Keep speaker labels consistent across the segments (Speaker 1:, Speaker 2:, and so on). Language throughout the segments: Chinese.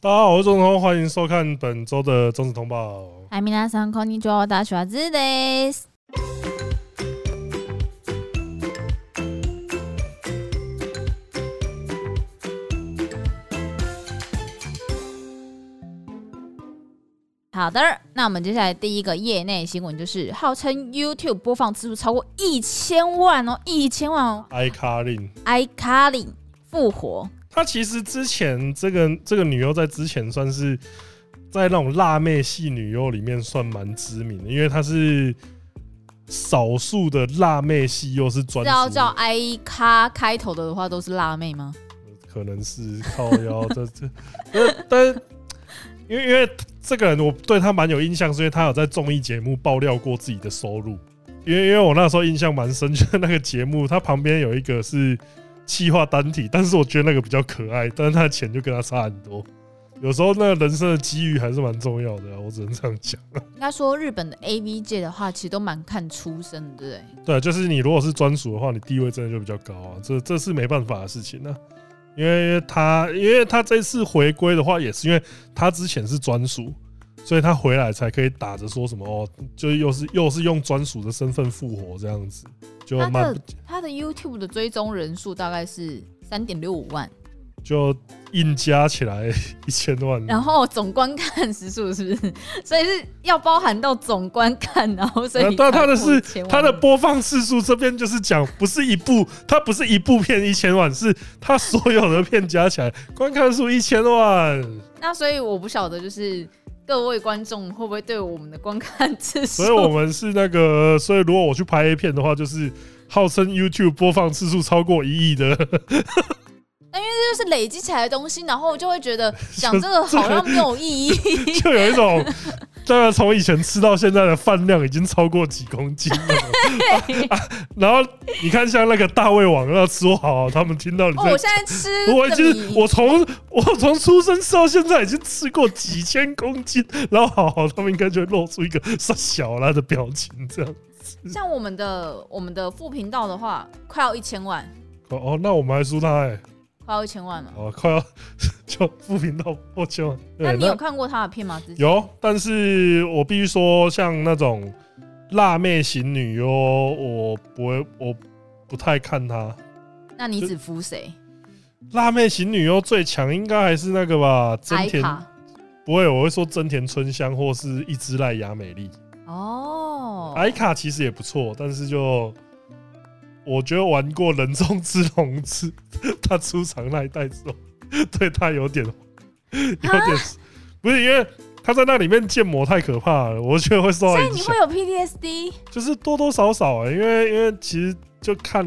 Speaker 1: 大家好，我是钟子通，欢迎收看本周的中子通报。
Speaker 2: 嗨，皆さんこんにちは。私はズです。好的，那我们接下来第一个业内新闻就是，号称 YouTube 播放次数超过一千万哦，一千万哦
Speaker 1: 艾卡令，
Speaker 2: ，iCarly 复活，
Speaker 1: 她其实之前这个这个女优在之前算是在那种辣妹系女优里面算蛮知名的，因为她是少数的辣妹系又是专
Speaker 2: 知道
Speaker 1: 属
Speaker 2: 叫 i 咖开头的话都是辣妹吗？
Speaker 1: 可能是靠腰，这这， 呃但因为因为这个人我对他蛮有印象，是因为他有在综艺节目爆料过自己的收入。因为因为我那时候印象蛮深，就是那个节目，它旁边有一个是气化单体，但是我觉得那个比较可爱，但是他的钱就跟他差很多。有时候那个人生的机遇还是蛮重要的啊、我只能这样讲。
Speaker 2: 应该说日本的 A V 界的话，其实都蛮看出身的，对不对？
Speaker 1: 对，啊就是你如果是专属的话，你地位真的就比较高啊，这这是没办法的事情呢、因为他，因为他这次回归的话，也是因为他之前是专属，所以他回来才可以打着说什么哦，就又是又是用专属的身份复活这样子，就
Speaker 2: 他
Speaker 1: 蛮
Speaker 2: 的他的 YouTube 的追踪人数大概是三点六五万，
Speaker 1: 就硬加起来 一千万。
Speaker 2: 然后总观看时数是不是？ 所以是要包含到总观看，然后所以
Speaker 1: 啊对啊他的
Speaker 2: 超过
Speaker 1: 是
Speaker 2: 1000万
Speaker 1: 他的播放次数这边就是讲，不是一部，它不是一部片一千万，是它所有的片加起来观看数一千万。
Speaker 2: 那所以我不晓得就是。各位观众会不会对我们的观看次 数
Speaker 1: 所以我 们是那个，呃所以如果我去拍 A 片的话，就是号称 YouTube 播放次数超过一亿的，
Speaker 2: 就是累积起来的东西，然后我就会觉得讲这个好像没有 意义。
Speaker 1: 就有一种，当然从以前吃到现在的饭量已经超过几公斤了。啊然后你看，像那个大胃王那吃好，他们听到你
Speaker 2: 哦，我
Speaker 1: 在。
Speaker 2: 现在吃
Speaker 1: 我已
Speaker 2: 的
Speaker 1: 经，
Speaker 2: 米，
Speaker 1: 我从我从出生吃到现在已经吃过几千公斤，然后 好好，他们应该就会露出一个傻小啦的表情，这样。
Speaker 2: 像我们的我们的副频道的话，快要一千万，
Speaker 1: 哦哦，那我们还输他哎、
Speaker 2: 快要一千万了。
Speaker 1: 哦，快要 就副频道破千万。
Speaker 2: 那
Speaker 1: 对
Speaker 2: 你有看过他的片吗？之前
Speaker 1: 有，但是我必须说，像那种辣妹型女优，我不会，我不太看她。
Speaker 2: 那你只服谁？
Speaker 1: 辣妹型女优最强应该还是那个吧，真
Speaker 2: 艾
Speaker 1: 田
Speaker 2: 卡
Speaker 1: 不会，我会说真田春香或是一只赖雅美丽。
Speaker 2: 哦，
Speaker 1: 艾卡其实也不错，但是就我觉得玩过人中之龙之，他出场那一代之后，对他有点有
Speaker 2: 啊
Speaker 1: 点不是因为他在那里面建模太可怕了，我觉得会受到
Speaker 2: 所以
Speaker 1: 影
Speaker 2: 你
Speaker 1: 响
Speaker 2: 会，有 PTSD
Speaker 1: 就是多多少少、欸，因为因为其实就看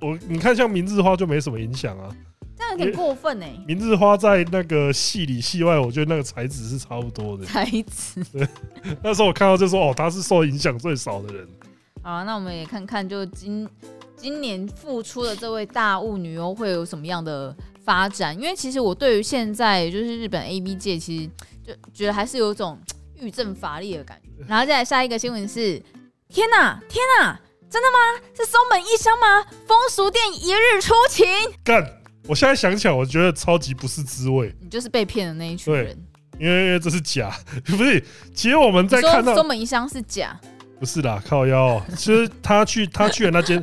Speaker 1: 我你看像明日花就没什么影响啊，
Speaker 2: 这样有点过分哎、
Speaker 1: 明日花在那个戏里戏外，我觉得那个才子是差不多的。
Speaker 2: 才子。
Speaker 1: 那时候我看到就说哦，他是受影响最少的人。
Speaker 2: 好啊，那我们也看看，就今今年复出的这位大物女优会有什么样的发展？因为其实我对于现在就是日本 A B 界，其实就觉得还是有一种嘖欲振乏力的感觉。然后再来下一个新闻是：天哪，天哪，真的吗？是松本一香吗？风俗店一日出勤，
Speaker 1: 干！我现在想起来，我觉得超级不是滋味，
Speaker 2: 你就是被骗的那一群
Speaker 1: 对
Speaker 2: 人。
Speaker 1: 因为因为这是假， 不是。其实我们在
Speaker 2: 你说
Speaker 1: 看
Speaker 2: 松
Speaker 1: 到
Speaker 2: 本一香是假，
Speaker 1: 不是啦，靠腰哦、其实他 去他去的那间，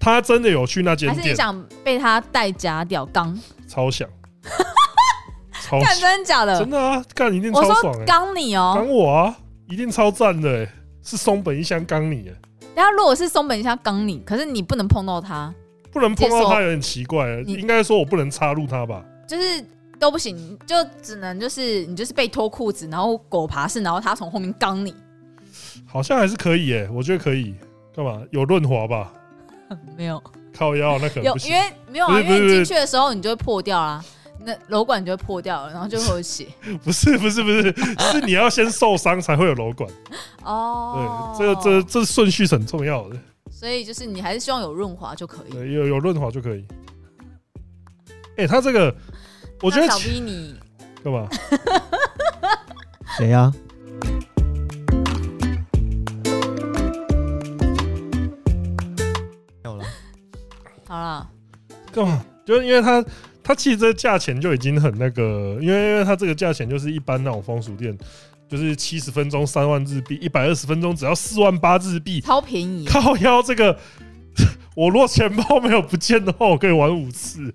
Speaker 1: 他真的有去那间
Speaker 2: 还是你
Speaker 1: 店，
Speaker 2: 想被他代假屌刚？
Speaker 1: 超 想，超
Speaker 2: 看
Speaker 1: 想，
Speaker 2: 真的假的
Speaker 1: 真？的啊，干一定
Speaker 2: 我
Speaker 1: 超
Speaker 2: 说
Speaker 1: 爽哎、欸，
Speaker 2: 刚你哦、
Speaker 1: 刚我啊，一定超赞的、欸，是松本一香刚你、欸，
Speaker 2: 然后如果是松本一香刚你，可是你不能碰到他，
Speaker 1: 不能碰
Speaker 2: 接
Speaker 1: 到
Speaker 2: 受嗯
Speaker 1: 他有点奇怪、欸，
Speaker 2: 你
Speaker 1: 应该说我不能插入他吧？
Speaker 2: 就是都不行，就只能就是你就是被脱裤子，然后狗爬式，然后他从后面刚你。
Speaker 1: 好像还是可以、欸，我觉得可以，干嘛？有润滑吧？
Speaker 2: 没有，
Speaker 1: 靠腰那可能
Speaker 2: 有
Speaker 1: 不，
Speaker 2: 因
Speaker 1: 行。
Speaker 2: 为没有
Speaker 1: 不
Speaker 2: 啊，
Speaker 1: 是
Speaker 2: 因
Speaker 1: 不
Speaker 2: 为
Speaker 1: 是
Speaker 2: 你
Speaker 1: 不是
Speaker 2: 进去的时候你就会破掉啦，那楼管就会破掉了，然后就会有血。
Speaker 1: 不是不是 不是，是你要先受伤才会有瘘管。
Speaker 2: 哦，嗯
Speaker 1: 对，这个这个这顺序是很重要的，
Speaker 2: 所以就是你还是希望有润滑就可以。
Speaker 1: 对，有有润滑就可以。哎、他这个，我觉得
Speaker 2: 那小 B 你
Speaker 1: 干嘛？
Speaker 3: 谁呀、没有了，
Speaker 2: 好了，
Speaker 1: 干嘛？就是因为他它其实这个价钱就已经很那个，因为因为它这个价钱就是一般那种风俗店，就是七十分钟三万日币，一百二十分钟只要四万八日币，
Speaker 2: 超便宜，
Speaker 1: 靠腰这个，我如果钱包没有不见的话，我可以玩五次。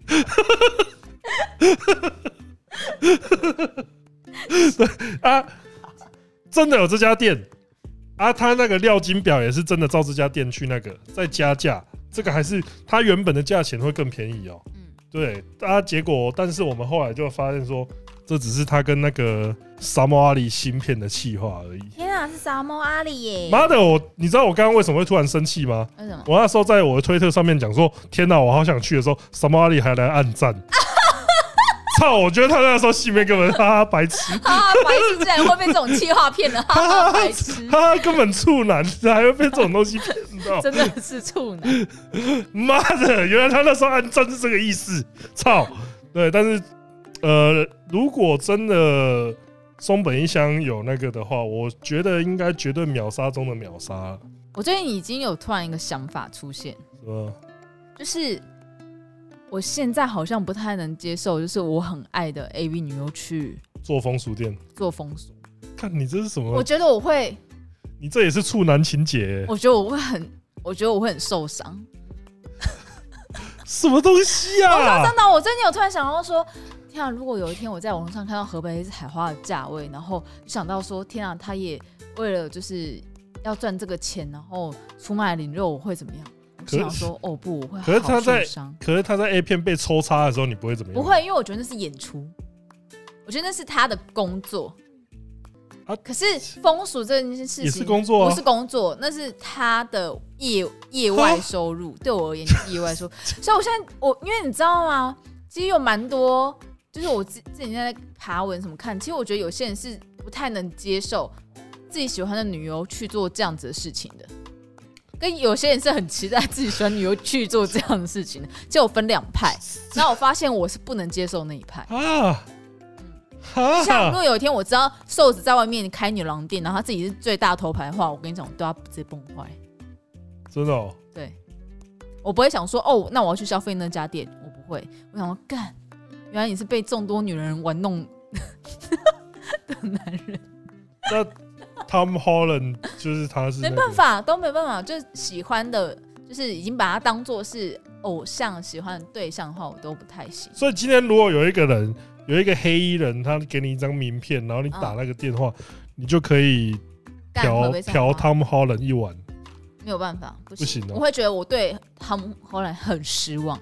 Speaker 1: 对啊，真的有这家店啊，他那个料金表也是真的照这家店去那个再加价，这个还是它原本的价钱会更便宜哦。
Speaker 2: 嗯，
Speaker 1: 对，啊，结果但是我们后来就发现说，这只是他跟那个沙漠阿里芯片的气话而已。
Speaker 2: 天啊，是沙漠阿里耶！
Speaker 1: 妈的，我你知道我刚刚为什么会突然生气吗？
Speaker 2: 为什么？
Speaker 1: 我那时候在我的推特上面讲说，天哪，我好想去的时候，什么阿里还来暗 赞，操！我觉得他那时候心里面根本哈哈白痴，
Speaker 2: 啊，白痴竟然会被这种气话骗 了，哈哈，白痴，
Speaker 1: 哈哈根本处男，还会被这种东西骗到。
Speaker 2: 真的是处男。
Speaker 1: 妈的，原来他那时候暗赞是这个意思，操！对，但是呃，如果真的松本一香有那个的话，我觉得应该绝对秒杀中的秒杀了，
Speaker 2: 我最近已经有突然一个想法出现，
Speaker 1: 是吧？
Speaker 2: 就是我现在好像不太能接受，就是我很爱的 AV 女优去
Speaker 1: 做风俗店，
Speaker 2: 做风俗，
Speaker 1: 看你这是什
Speaker 2: 我
Speaker 1: 么？
Speaker 2: 觉得我会，
Speaker 1: 你这也是处男情节欸、
Speaker 2: 我觉得我会很，我觉得我会很受伤。
Speaker 1: 什么东西啊？
Speaker 2: 真的，我最近有突然想到说，天啊！如果有一天我在网络上看到河北海花的价位，然后就想到说，天啊，他也为了就是要赚这个钱，然后出卖灵肉，我会怎么样？我
Speaker 1: 可是
Speaker 2: 就想说，哦不，我会
Speaker 1: 可是他
Speaker 2: 好
Speaker 1: 在
Speaker 2: 受伤，
Speaker 1: 可是他在 A 片被抽插的时候，你不会怎么样？
Speaker 2: 不会，因为我觉得那是演出，我觉得那是他的工作。
Speaker 1: 啊
Speaker 2: 可是风俗这件事
Speaker 1: 也是
Speaker 2: 情
Speaker 1: 工作
Speaker 2: 不
Speaker 1: 啊
Speaker 2: 是。工作，那是他的业业外收入，对我而 言是业外收入。所以我现在我因为你知道吗？其实有蛮多，就是我自自己在爬文什么看，其实我觉得有些人是不太能接受自己喜欢的女优去做这样子的事情的。跟有些人是很期待自己喜欢女优去做这样的事情的，就有分两派。然后我发现我是不能接受那一 派。
Speaker 1: 啊
Speaker 2: 嗯像如
Speaker 1: 啊！
Speaker 2: 果有一天我知道瘦子在外面开牛郎店，然后他自己是最大头牌的话，我跟你讲，我对他直接崩坏。
Speaker 1: 真的、哦，
Speaker 2: 对，我不会想说哦，那我要去消费那家店，我不会。我想说，干，原来你是被众多女人玩弄的男人，
Speaker 1: 那 Tom Holland 就是他是、那
Speaker 2: 没
Speaker 1: 个
Speaker 2: 办法，都没办法，就是喜欢的，就是已经把他当做是偶像喜欢的对象的话，我都不太行。
Speaker 1: 所以今天如果有一个人有一个黑衣人，他给你一张名片，然后你打那个电话，你就可以
Speaker 2: 嗯干
Speaker 1: 嫖
Speaker 2: 河北省
Speaker 1: 嫖
Speaker 2: 话
Speaker 1: Tom Holland 一晚，
Speaker 2: 没有办法，不
Speaker 1: 不
Speaker 2: 行，
Speaker 1: 行
Speaker 2: 我
Speaker 1: 哦、
Speaker 2: 会觉得我对他们后来很失望，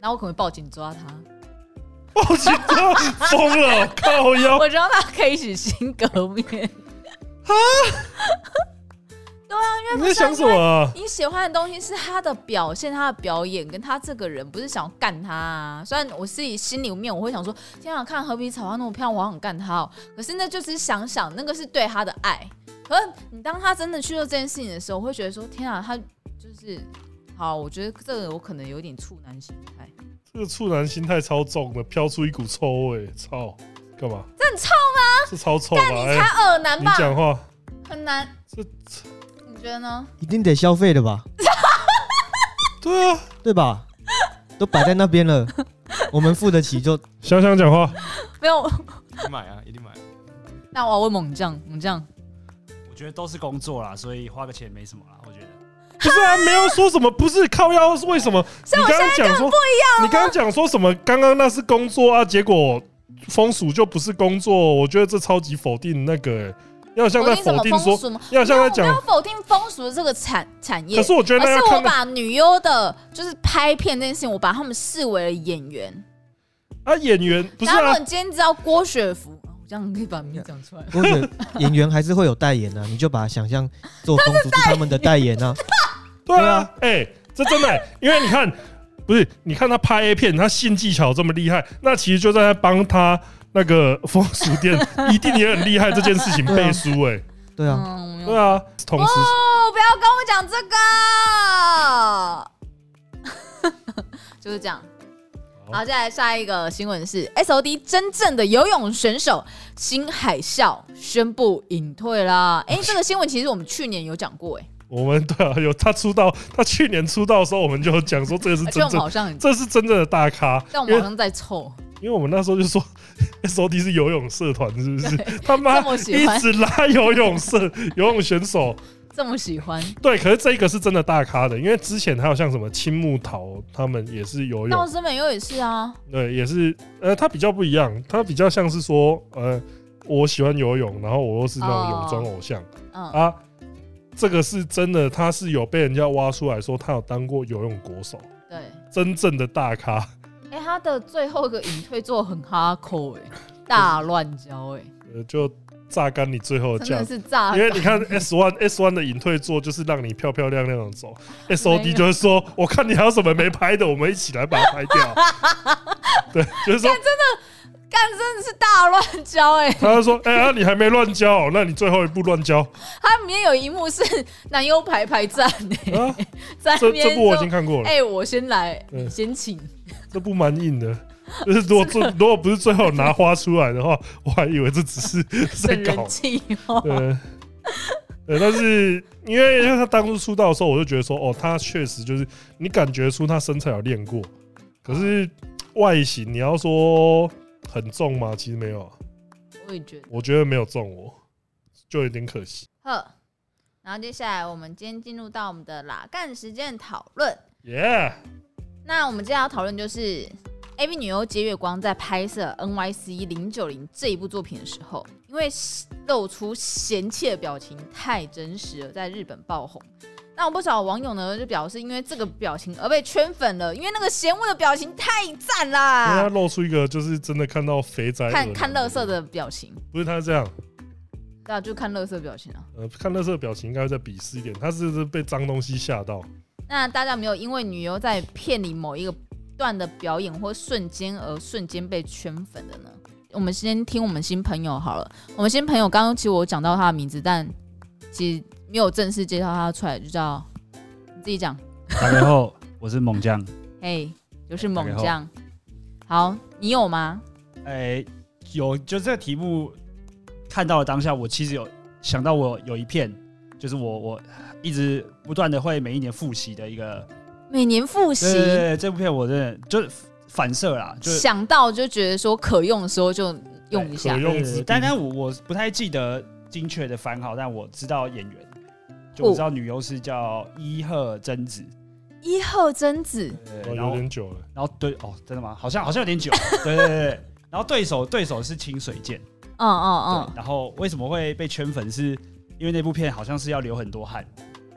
Speaker 2: 然后我可能会报警抓他。
Speaker 1: 报警他疯 了，靠腰
Speaker 2: 我知道他可以洗心革面。
Speaker 1: 你在想什么啊、
Speaker 2: 你喜欢的东西是他的表现、他的表演，跟他这个人，不是想要干他、啊。虽然我自己心里面我会想说，天啊，看何必草花那么漂亮，我好想干他哦。可是那就只是想想，那个是对他的爱。可是你当他真的去做这件事情的时候，我会觉得说，天啊，他就是好。我觉得这个我可能有点处男心态。
Speaker 1: 这个处男心态超重的，飘出一股臭味，操！干嘛？
Speaker 2: 这很臭
Speaker 1: 是超臭吧？哎、
Speaker 2: 他耳难
Speaker 1: 你
Speaker 2: 嗯吧？
Speaker 1: 讲话，
Speaker 2: 很难，
Speaker 1: 这
Speaker 2: 你觉得呢？
Speaker 3: 一定得消费的吧？
Speaker 1: 对啊，
Speaker 3: 对吧？都摆在那边了，我们付得起就
Speaker 1: 想想讲话，
Speaker 2: 没有，
Speaker 4: 一定买啊，一定买。
Speaker 2: 那我要问猛将，猛将，
Speaker 4: 我觉得都是工作啦，所以花个钱没什么啦。我觉得
Speaker 1: 不是啊，没有说什么，不是靠腰，是为什么？你刚刚讲说不
Speaker 2: 啊
Speaker 1: 一样，你刚刚讲说什么？刚刚那是工作啊，结果风俗就不是工作，我觉得这超级否定那个、欸，要像在
Speaker 2: 定什
Speaker 1: 否
Speaker 2: 么
Speaker 1: 定
Speaker 2: 风
Speaker 1: 说，
Speaker 2: 俗吗？
Speaker 1: 要像在
Speaker 2: 没有
Speaker 1: 讲
Speaker 2: 我没有，否定风俗这个产产业，
Speaker 1: 可是我觉得那
Speaker 2: 而
Speaker 1: 要
Speaker 2: 是我
Speaker 1: 看到
Speaker 2: 把女优的，就是拍片这件事情，我把他们视为了演员。
Speaker 1: 啊，演员不是
Speaker 2: 然后如
Speaker 1: 啊
Speaker 2: 果，你今天知道郭雪芙，哦我这样可以把名字讲出来吗。
Speaker 3: 或者演员还是会有代言啊，你就把它想象做风俗是他们的代言啊，
Speaker 1: 对
Speaker 3: 对
Speaker 1: 啊
Speaker 3: 啊，
Speaker 1: 哎、这真的欸、因为你看，不是你看他拍 A 片，他性技巧这么厉害，那其实就在帮他那个风俗 店一定也很厉害这件事情背书、欸，哎，
Speaker 3: 对啊，
Speaker 2: 嗯，没有
Speaker 1: 对啊，同时
Speaker 2: 哦，不要跟我讲这个， 就是这样。
Speaker 1: 好
Speaker 2: 好，再来下一个新闻是 SOD 真正的游泳选手新海啸宣布隐退啦。哎、这个新闻其实我们去年有讲过、哎，
Speaker 1: 我们对啊，有他出道，他去年出道的时候，我们就讲说这个是
Speaker 2: 而且
Speaker 1: 真
Speaker 2: 我们
Speaker 1: 正，
Speaker 2: 好像很，
Speaker 1: 这是真正的大咖，
Speaker 2: 但我
Speaker 1: 因
Speaker 2: 们好
Speaker 1: 为
Speaker 2: 像在凑，
Speaker 1: 因为我们那时候就说 S O D 是游泳社团，是不是？他妈
Speaker 2: 这么喜
Speaker 1: 一
Speaker 2: 欢，
Speaker 1: 直拉游泳社游泳选手，
Speaker 2: 这么喜欢，
Speaker 1: 对，可是这个是真的大咖的，因为之前还有像什么青木桃，他们也是游
Speaker 2: 道
Speaker 1: 泳，
Speaker 2: 之美优也是啊，
Speaker 1: 对，也是，呃，他比较不一样，他比较像是说，呃，我喜欢游泳，然后我又是那种泳装偶像、
Speaker 2: 嗯，
Speaker 1: 啊，这个是真的，他是有被人家挖出来说他有当过游泳国手，
Speaker 2: 对。
Speaker 1: 真正的大咖，
Speaker 2: 哎、他的最后一个隐退做得很哈扣哎，大乱交哎、
Speaker 1: 呃，就榨干你最后的
Speaker 2: 真
Speaker 1: 价
Speaker 2: 的
Speaker 1: 值。
Speaker 2: 是炸
Speaker 1: 哦因为你看 S one S one 的隐退作就是让你漂漂亮亮的 走，S O
Speaker 2: 没
Speaker 1: D
Speaker 2: 有
Speaker 1: 就是说，我看你还有什么没拍的，我们一起来把它拍掉。 对，就是说，
Speaker 2: 干，真的是大乱交哎、
Speaker 1: 他就说，哎、啊，你还没乱交、哦，那你最后一步乱 交
Speaker 2: 他里面有一幕是 男优排排站 哎、
Speaker 1: 啊？
Speaker 2: 在那
Speaker 1: 这
Speaker 2: 边
Speaker 1: 这部我已
Speaker 2: 说
Speaker 1: 经看过了，
Speaker 2: 哎、我先来，
Speaker 1: 嗯
Speaker 2: 你先请。
Speaker 1: 这部蛮硬的。就是如果最如果不是最后拿花出来的话，我还以为这只是 在
Speaker 2: 整
Speaker 1: 搞
Speaker 2: 人。气 哦，
Speaker 1: 呃，呃，但是因为因为他当初出道的时候，我就觉得说，哦，他确实就是你感觉出他身材有练过，可是外形你要说很重吗？其实没有啊，
Speaker 2: 我也觉得。
Speaker 1: 我觉得没有中我，就有点可惜。
Speaker 2: 呵，然后接下来我们今天进入到我们的拉干时间讨论。
Speaker 1: Yeah，
Speaker 2: 那我们接下来要讨论就是 AV 女优接月光在拍摄《NYC 零九零》这一部作品的时候，因为露出嫌弃的表情太真实了，在日本爆红。那有不少网友呢就表示，因为这个表情而被圈粉了，因为那个嫌恶的表情太赞
Speaker 1: 因为他
Speaker 2: 啦！
Speaker 1: 露出一个就是真的看到肥宅恶
Speaker 2: 啊看
Speaker 1: 男
Speaker 2: 看乐色，的表情，
Speaker 1: 不是他这样，
Speaker 2: 对啊，就看乐色表情啊。
Speaker 1: 呃，看乐色的表情应该会再鄙视一点，他是不是被脏东西吓到？
Speaker 2: 那大家有没有因为女优在片里某一个段的表演或瞬间而瞬间被圈粉的呢？我们先听我们新朋友好了。我们新朋友刚刚其实我讲到他的名字，但其实没有正式介绍他出来，就叫你自己讲。
Speaker 4: 大家好，我是猛将。
Speaker 2: 嘿，就是猛将。好，你有吗？
Speaker 4: 哎、有就这个题目看到了当下，我其实有想到我有一片，就是我我一直不断的会每一年复习的一个。
Speaker 2: 每年复习
Speaker 4: 对对对，这部片我真的就是反射啦，就是
Speaker 2: 想到就觉得说可用的时候就用一
Speaker 1: 可
Speaker 2: 下。
Speaker 1: 用之
Speaker 4: 对
Speaker 1: 兵
Speaker 4: 但但我我不太记得精确的番号，但我知道演员，就我知道女优是叫伊贺真子，
Speaker 2: 一贺真子，
Speaker 1: 哦，
Speaker 4: 对，然
Speaker 1: 有
Speaker 4: 后
Speaker 1: 点久了，
Speaker 4: 然后对哦，真的吗？好像好像有点久，对对对对。然后对手对手是清水健，
Speaker 2: 嗯嗯
Speaker 4: 对，然后为什么会被圈粉是？因为那部片好像是要流很多汗，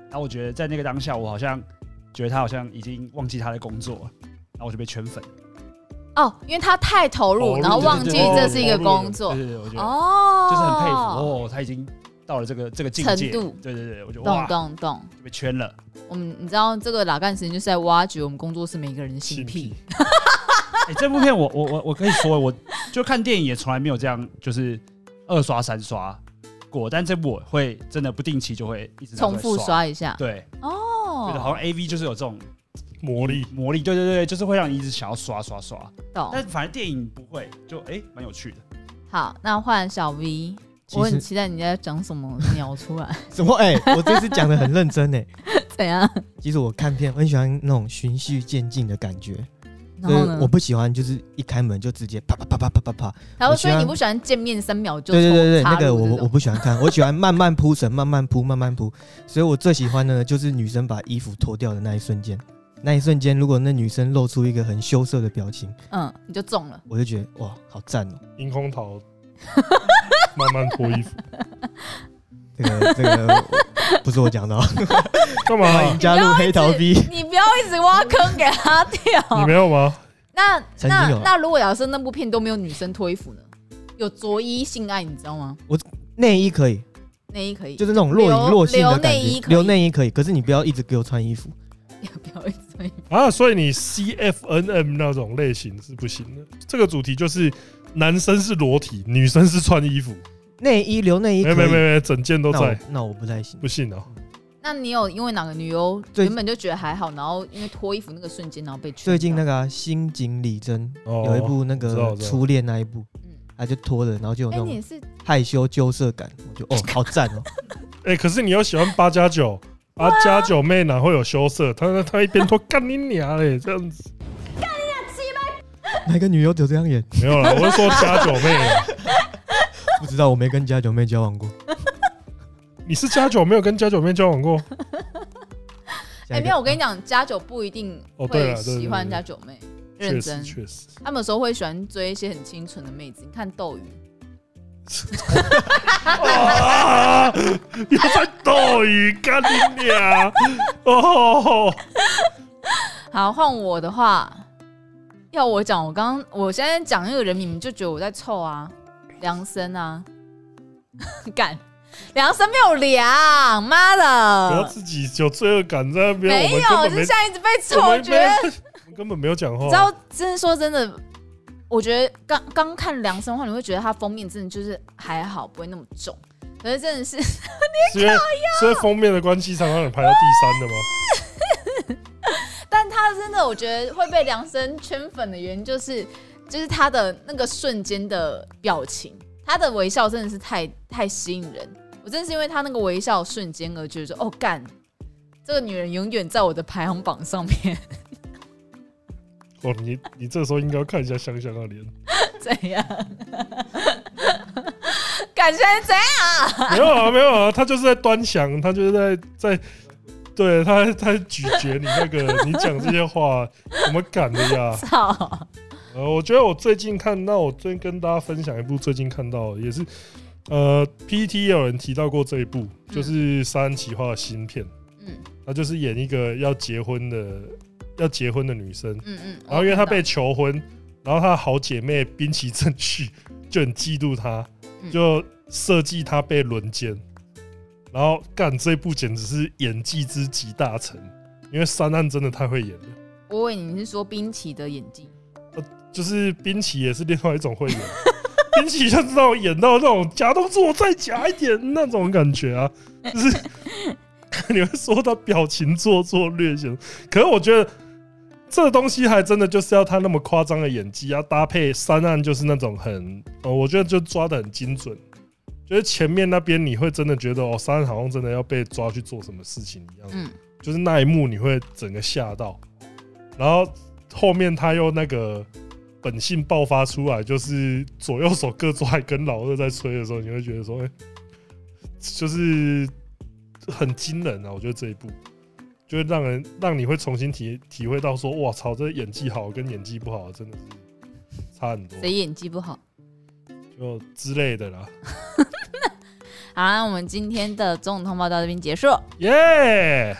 Speaker 4: 然后我觉得在那个当下，我好像觉得他好像已经忘记他的工作了，然后我就被圈粉。
Speaker 2: 嗯，哦，因为他太
Speaker 1: 投
Speaker 2: 投入，
Speaker 1: 入
Speaker 2: 然后忘记
Speaker 4: 对对对
Speaker 2: 这是一个
Speaker 1: 投入了
Speaker 2: 工作
Speaker 4: 对。对对，我觉得、
Speaker 2: 哦，
Speaker 4: 就是很佩服哦，他已经到了这个这个境界。
Speaker 2: 程度
Speaker 4: 对对对，我觉得
Speaker 2: 懂
Speaker 4: 哇，
Speaker 2: 懂懂。
Speaker 4: 就被圈了。
Speaker 2: 我们你知道这个拉干时间就是在挖掘我们工作室每个人的性
Speaker 1: 性
Speaker 2: 癖
Speaker 1: 癖，
Speaker 4: 哎、这部片我我我我可以说，我就看电影也从来没有这样，就是二刷三刷过，但这部我会真的不定期就会一直拿出来
Speaker 2: 重复
Speaker 4: 刷。
Speaker 2: 刷一下。
Speaker 4: 对，觉得
Speaker 2: 哦，
Speaker 4: 好像 A V 就是有这种
Speaker 1: 魔力。
Speaker 4: 魔力，对对对，就是会让你一直想要刷刷刷。
Speaker 2: 懂。
Speaker 4: 但反正电影不会，就哎蛮、有趣的。
Speaker 2: 好，那换小 V，
Speaker 3: 其
Speaker 2: 我很
Speaker 3: 实
Speaker 2: 期待你在讲什么鸟出来，
Speaker 3: 什么？哎、我这次讲的很认真哎、
Speaker 2: 怎样？
Speaker 3: 其实我看片，我很喜欢那种循序渐进的感觉，
Speaker 2: 然
Speaker 3: 所
Speaker 2: 后
Speaker 3: 以
Speaker 2: 呢
Speaker 3: 我？不喜欢就是一开门就直接啪啪啪啪啪啪啪。
Speaker 2: 然后
Speaker 3: 我
Speaker 2: 所以
Speaker 3: 喜欢
Speaker 2: 你不喜欢见面三秒就
Speaker 3: 对对对对，
Speaker 2: 从
Speaker 3: 那
Speaker 2: 插
Speaker 3: 个
Speaker 2: 入
Speaker 3: 我
Speaker 2: 这
Speaker 3: 我
Speaker 2: 种
Speaker 3: 不喜欢看， 我喜欢慢慢铺陈，慢慢铺，慢慢铺。所以我最喜欢的呢，就是女生把衣服脱掉的那一瞬间，那一瞬间，如果那女生露出一个很羞涩的表情，
Speaker 2: 嗯，你就中了。
Speaker 3: 我就觉得哇，好赞哦、
Speaker 1: 樱空桃慢慢脱衣服，
Speaker 3: 这个这个不是我讲的、哦，
Speaker 1: 干嘛、
Speaker 3: 欢迎加入黑桃 B。
Speaker 2: 你不要一直挖坑给他跳。
Speaker 1: 你没有吗？
Speaker 2: 那
Speaker 3: 曾经
Speaker 2: 那
Speaker 3: 有啊
Speaker 2: 那如果假设那部片都没有女生脱衣服呢？有着衣性爱，你知道吗？
Speaker 3: 内衣可以，
Speaker 2: 内衣可以，
Speaker 3: 就是那种若
Speaker 2: 留
Speaker 3: 隐若现的
Speaker 2: 留
Speaker 3: 感
Speaker 2: 内衣
Speaker 3: 觉
Speaker 2: 可，以
Speaker 3: 留内衣可以，可是你不要一直给我穿衣服。
Speaker 2: 不要一直脱衣服
Speaker 1: 啊，所以你 C F N M 那种类型是不行的。这个主题就是男生是裸体，女生是穿衣服，
Speaker 3: 内衣留内衣
Speaker 1: 没
Speaker 3: 可
Speaker 1: 有没有
Speaker 3: 以，
Speaker 1: 没有没有，整件都
Speaker 3: 那我
Speaker 1: 在，
Speaker 3: 那我不太行。
Speaker 1: 不信哦、
Speaker 2: 那你有因为哪个女优
Speaker 3: 最
Speaker 2: 原本就觉得还好，然后因为脱衣服那个瞬间，然后被
Speaker 3: 最近那个啊新井里真
Speaker 1: 哦，
Speaker 3: 有一部那
Speaker 1: 知道
Speaker 3: 个
Speaker 1: 知道
Speaker 3: 初恋那一部
Speaker 2: 嗯，
Speaker 3: 他就脱了，然后就有
Speaker 2: 哎、
Speaker 3: 那
Speaker 2: 你也
Speaker 3: 种
Speaker 2: 是
Speaker 3: 害羞羞涩感，我就哦好赞哦。
Speaker 1: 哎、可是你又喜欢八加九，啊，加九妹哪会有羞涩？她她一边拖干你娘嘞，这样子
Speaker 3: 哪个女优有这样演？
Speaker 1: 没有啦，我是说加九妹，啊
Speaker 3: 不知道，我没跟家九妹交往过。
Speaker 1: 你是加九没有跟加九妹交往过？
Speaker 2: 哎、没有，我跟你讲，家九不一定
Speaker 1: 哦对
Speaker 2: 会
Speaker 1: 了对对
Speaker 2: 喜欢
Speaker 1: 对
Speaker 2: 家九妹， 认
Speaker 1: 确实
Speaker 2: 真，
Speaker 1: 确实，
Speaker 2: 他们有时候会喜欢追一些很清纯的妹子。你看斗鱼，
Speaker 1: 啊！你在斗鱼干你娘！ 哦，
Speaker 2: 好，换我的话，要我讲，我刚刚我现在讲那个人名，你们就觉得我在凑啊，梁森啊， 干，梁森没有梁，妈
Speaker 1: 不要
Speaker 2: 的，
Speaker 1: 自己有罪恶感在那边，我
Speaker 2: 呃没
Speaker 1: 们
Speaker 2: 有，
Speaker 1: 根
Speaker 2: 我
Speaker 1: 本
Speaker 2: 就
Speaker 1: 没
Speaker 2: 现在一直被凑，
Speaker 1: 我
Speaker 2: 我
Speaker 1: 们
Speaker 2: 觉得，
Speaker 1: 没 我们根本没有讲话
Speaker 2: 你知。道，真的说真的，我觉得刚刚看梁森的话，你会觉得他封面真的就是还好，不会那么重，可是真的是。
Speaker 1: 是因为是因为封面的关系，常常你排到第三的吗？
Speaker 2: 但他真的，我觉得会被梁生圈粉的原因就是，就是他的那个瞬间的表情，他的微笑真的是太太吸引人。我真的是因为他那个微笑瞬间而觉得说，哦干，这个女人永远在我的排行榜上面，
Speaker 1: 哦，你你这时候应该要看一下香香的 脸，
Speaker 2: 怎样？感觉怎样？
Speaker 1: 没有啊，没有啊，他就是在端详，他就是在在，对他他在咀嚼你那个你讲这些话，怎么敢的呀？
Speaker 2: 操！
Speaker 1: 呃，我觉得我最近看到，我最近跟大家分享一部最近看到的也是，呃，PPT 也有人提到过这一部，就是三安企划的新片，
Speaker 2: 嗯
Speaker 1: 他就是演一个要结婚的要结婚的女生，
Speaker 2: 嗯嗯。
Speaker 1: 然后因为她被
Speaker 2: 我
Speaker 1: 求婚，然后她的好姐妹滨崎正绪就很嫉妒她，
Speaker 2: 嗯
Speaker 1: 就设计她被轮奸，然后干这部简直是演技之集大成，因为三岸真的太会演了，
Speaker 2: 看到，我以为你是说冰淇的演技，
Speaker 1: 就是滨崎也是另外一种会演， 滨崎就是那种演到那种假动作再假一点那种感觉啊，就是你会说她表情做作略显，可是我觉得。这东西还真的就是要他那么夸张的演技，要搭配三岸就是那种很，呃，我觉得就抓的很精准。就是前面那边你会真的觉得哦，三岸好像真的要被抓去做什么事情一样，
Speaker 2: 嗯
Speaker 1: 就是那一幕你会整个吓到，然后后面他又那个本性爆发出来，就是左右手各抓一根老二在吹的时候，你会觉得说，哎、就是很惊人啊！我觉得这一部就会让人让你会重新体体会到说，哇操，这演技好跟演技不好真的是差很多，
Speaker 2: 谁演技不好？
Speaker 1: 就之类的啦。
Speaker 2: 好，那我们今天的总统通报到这边结束。
Speaker 1: 耶、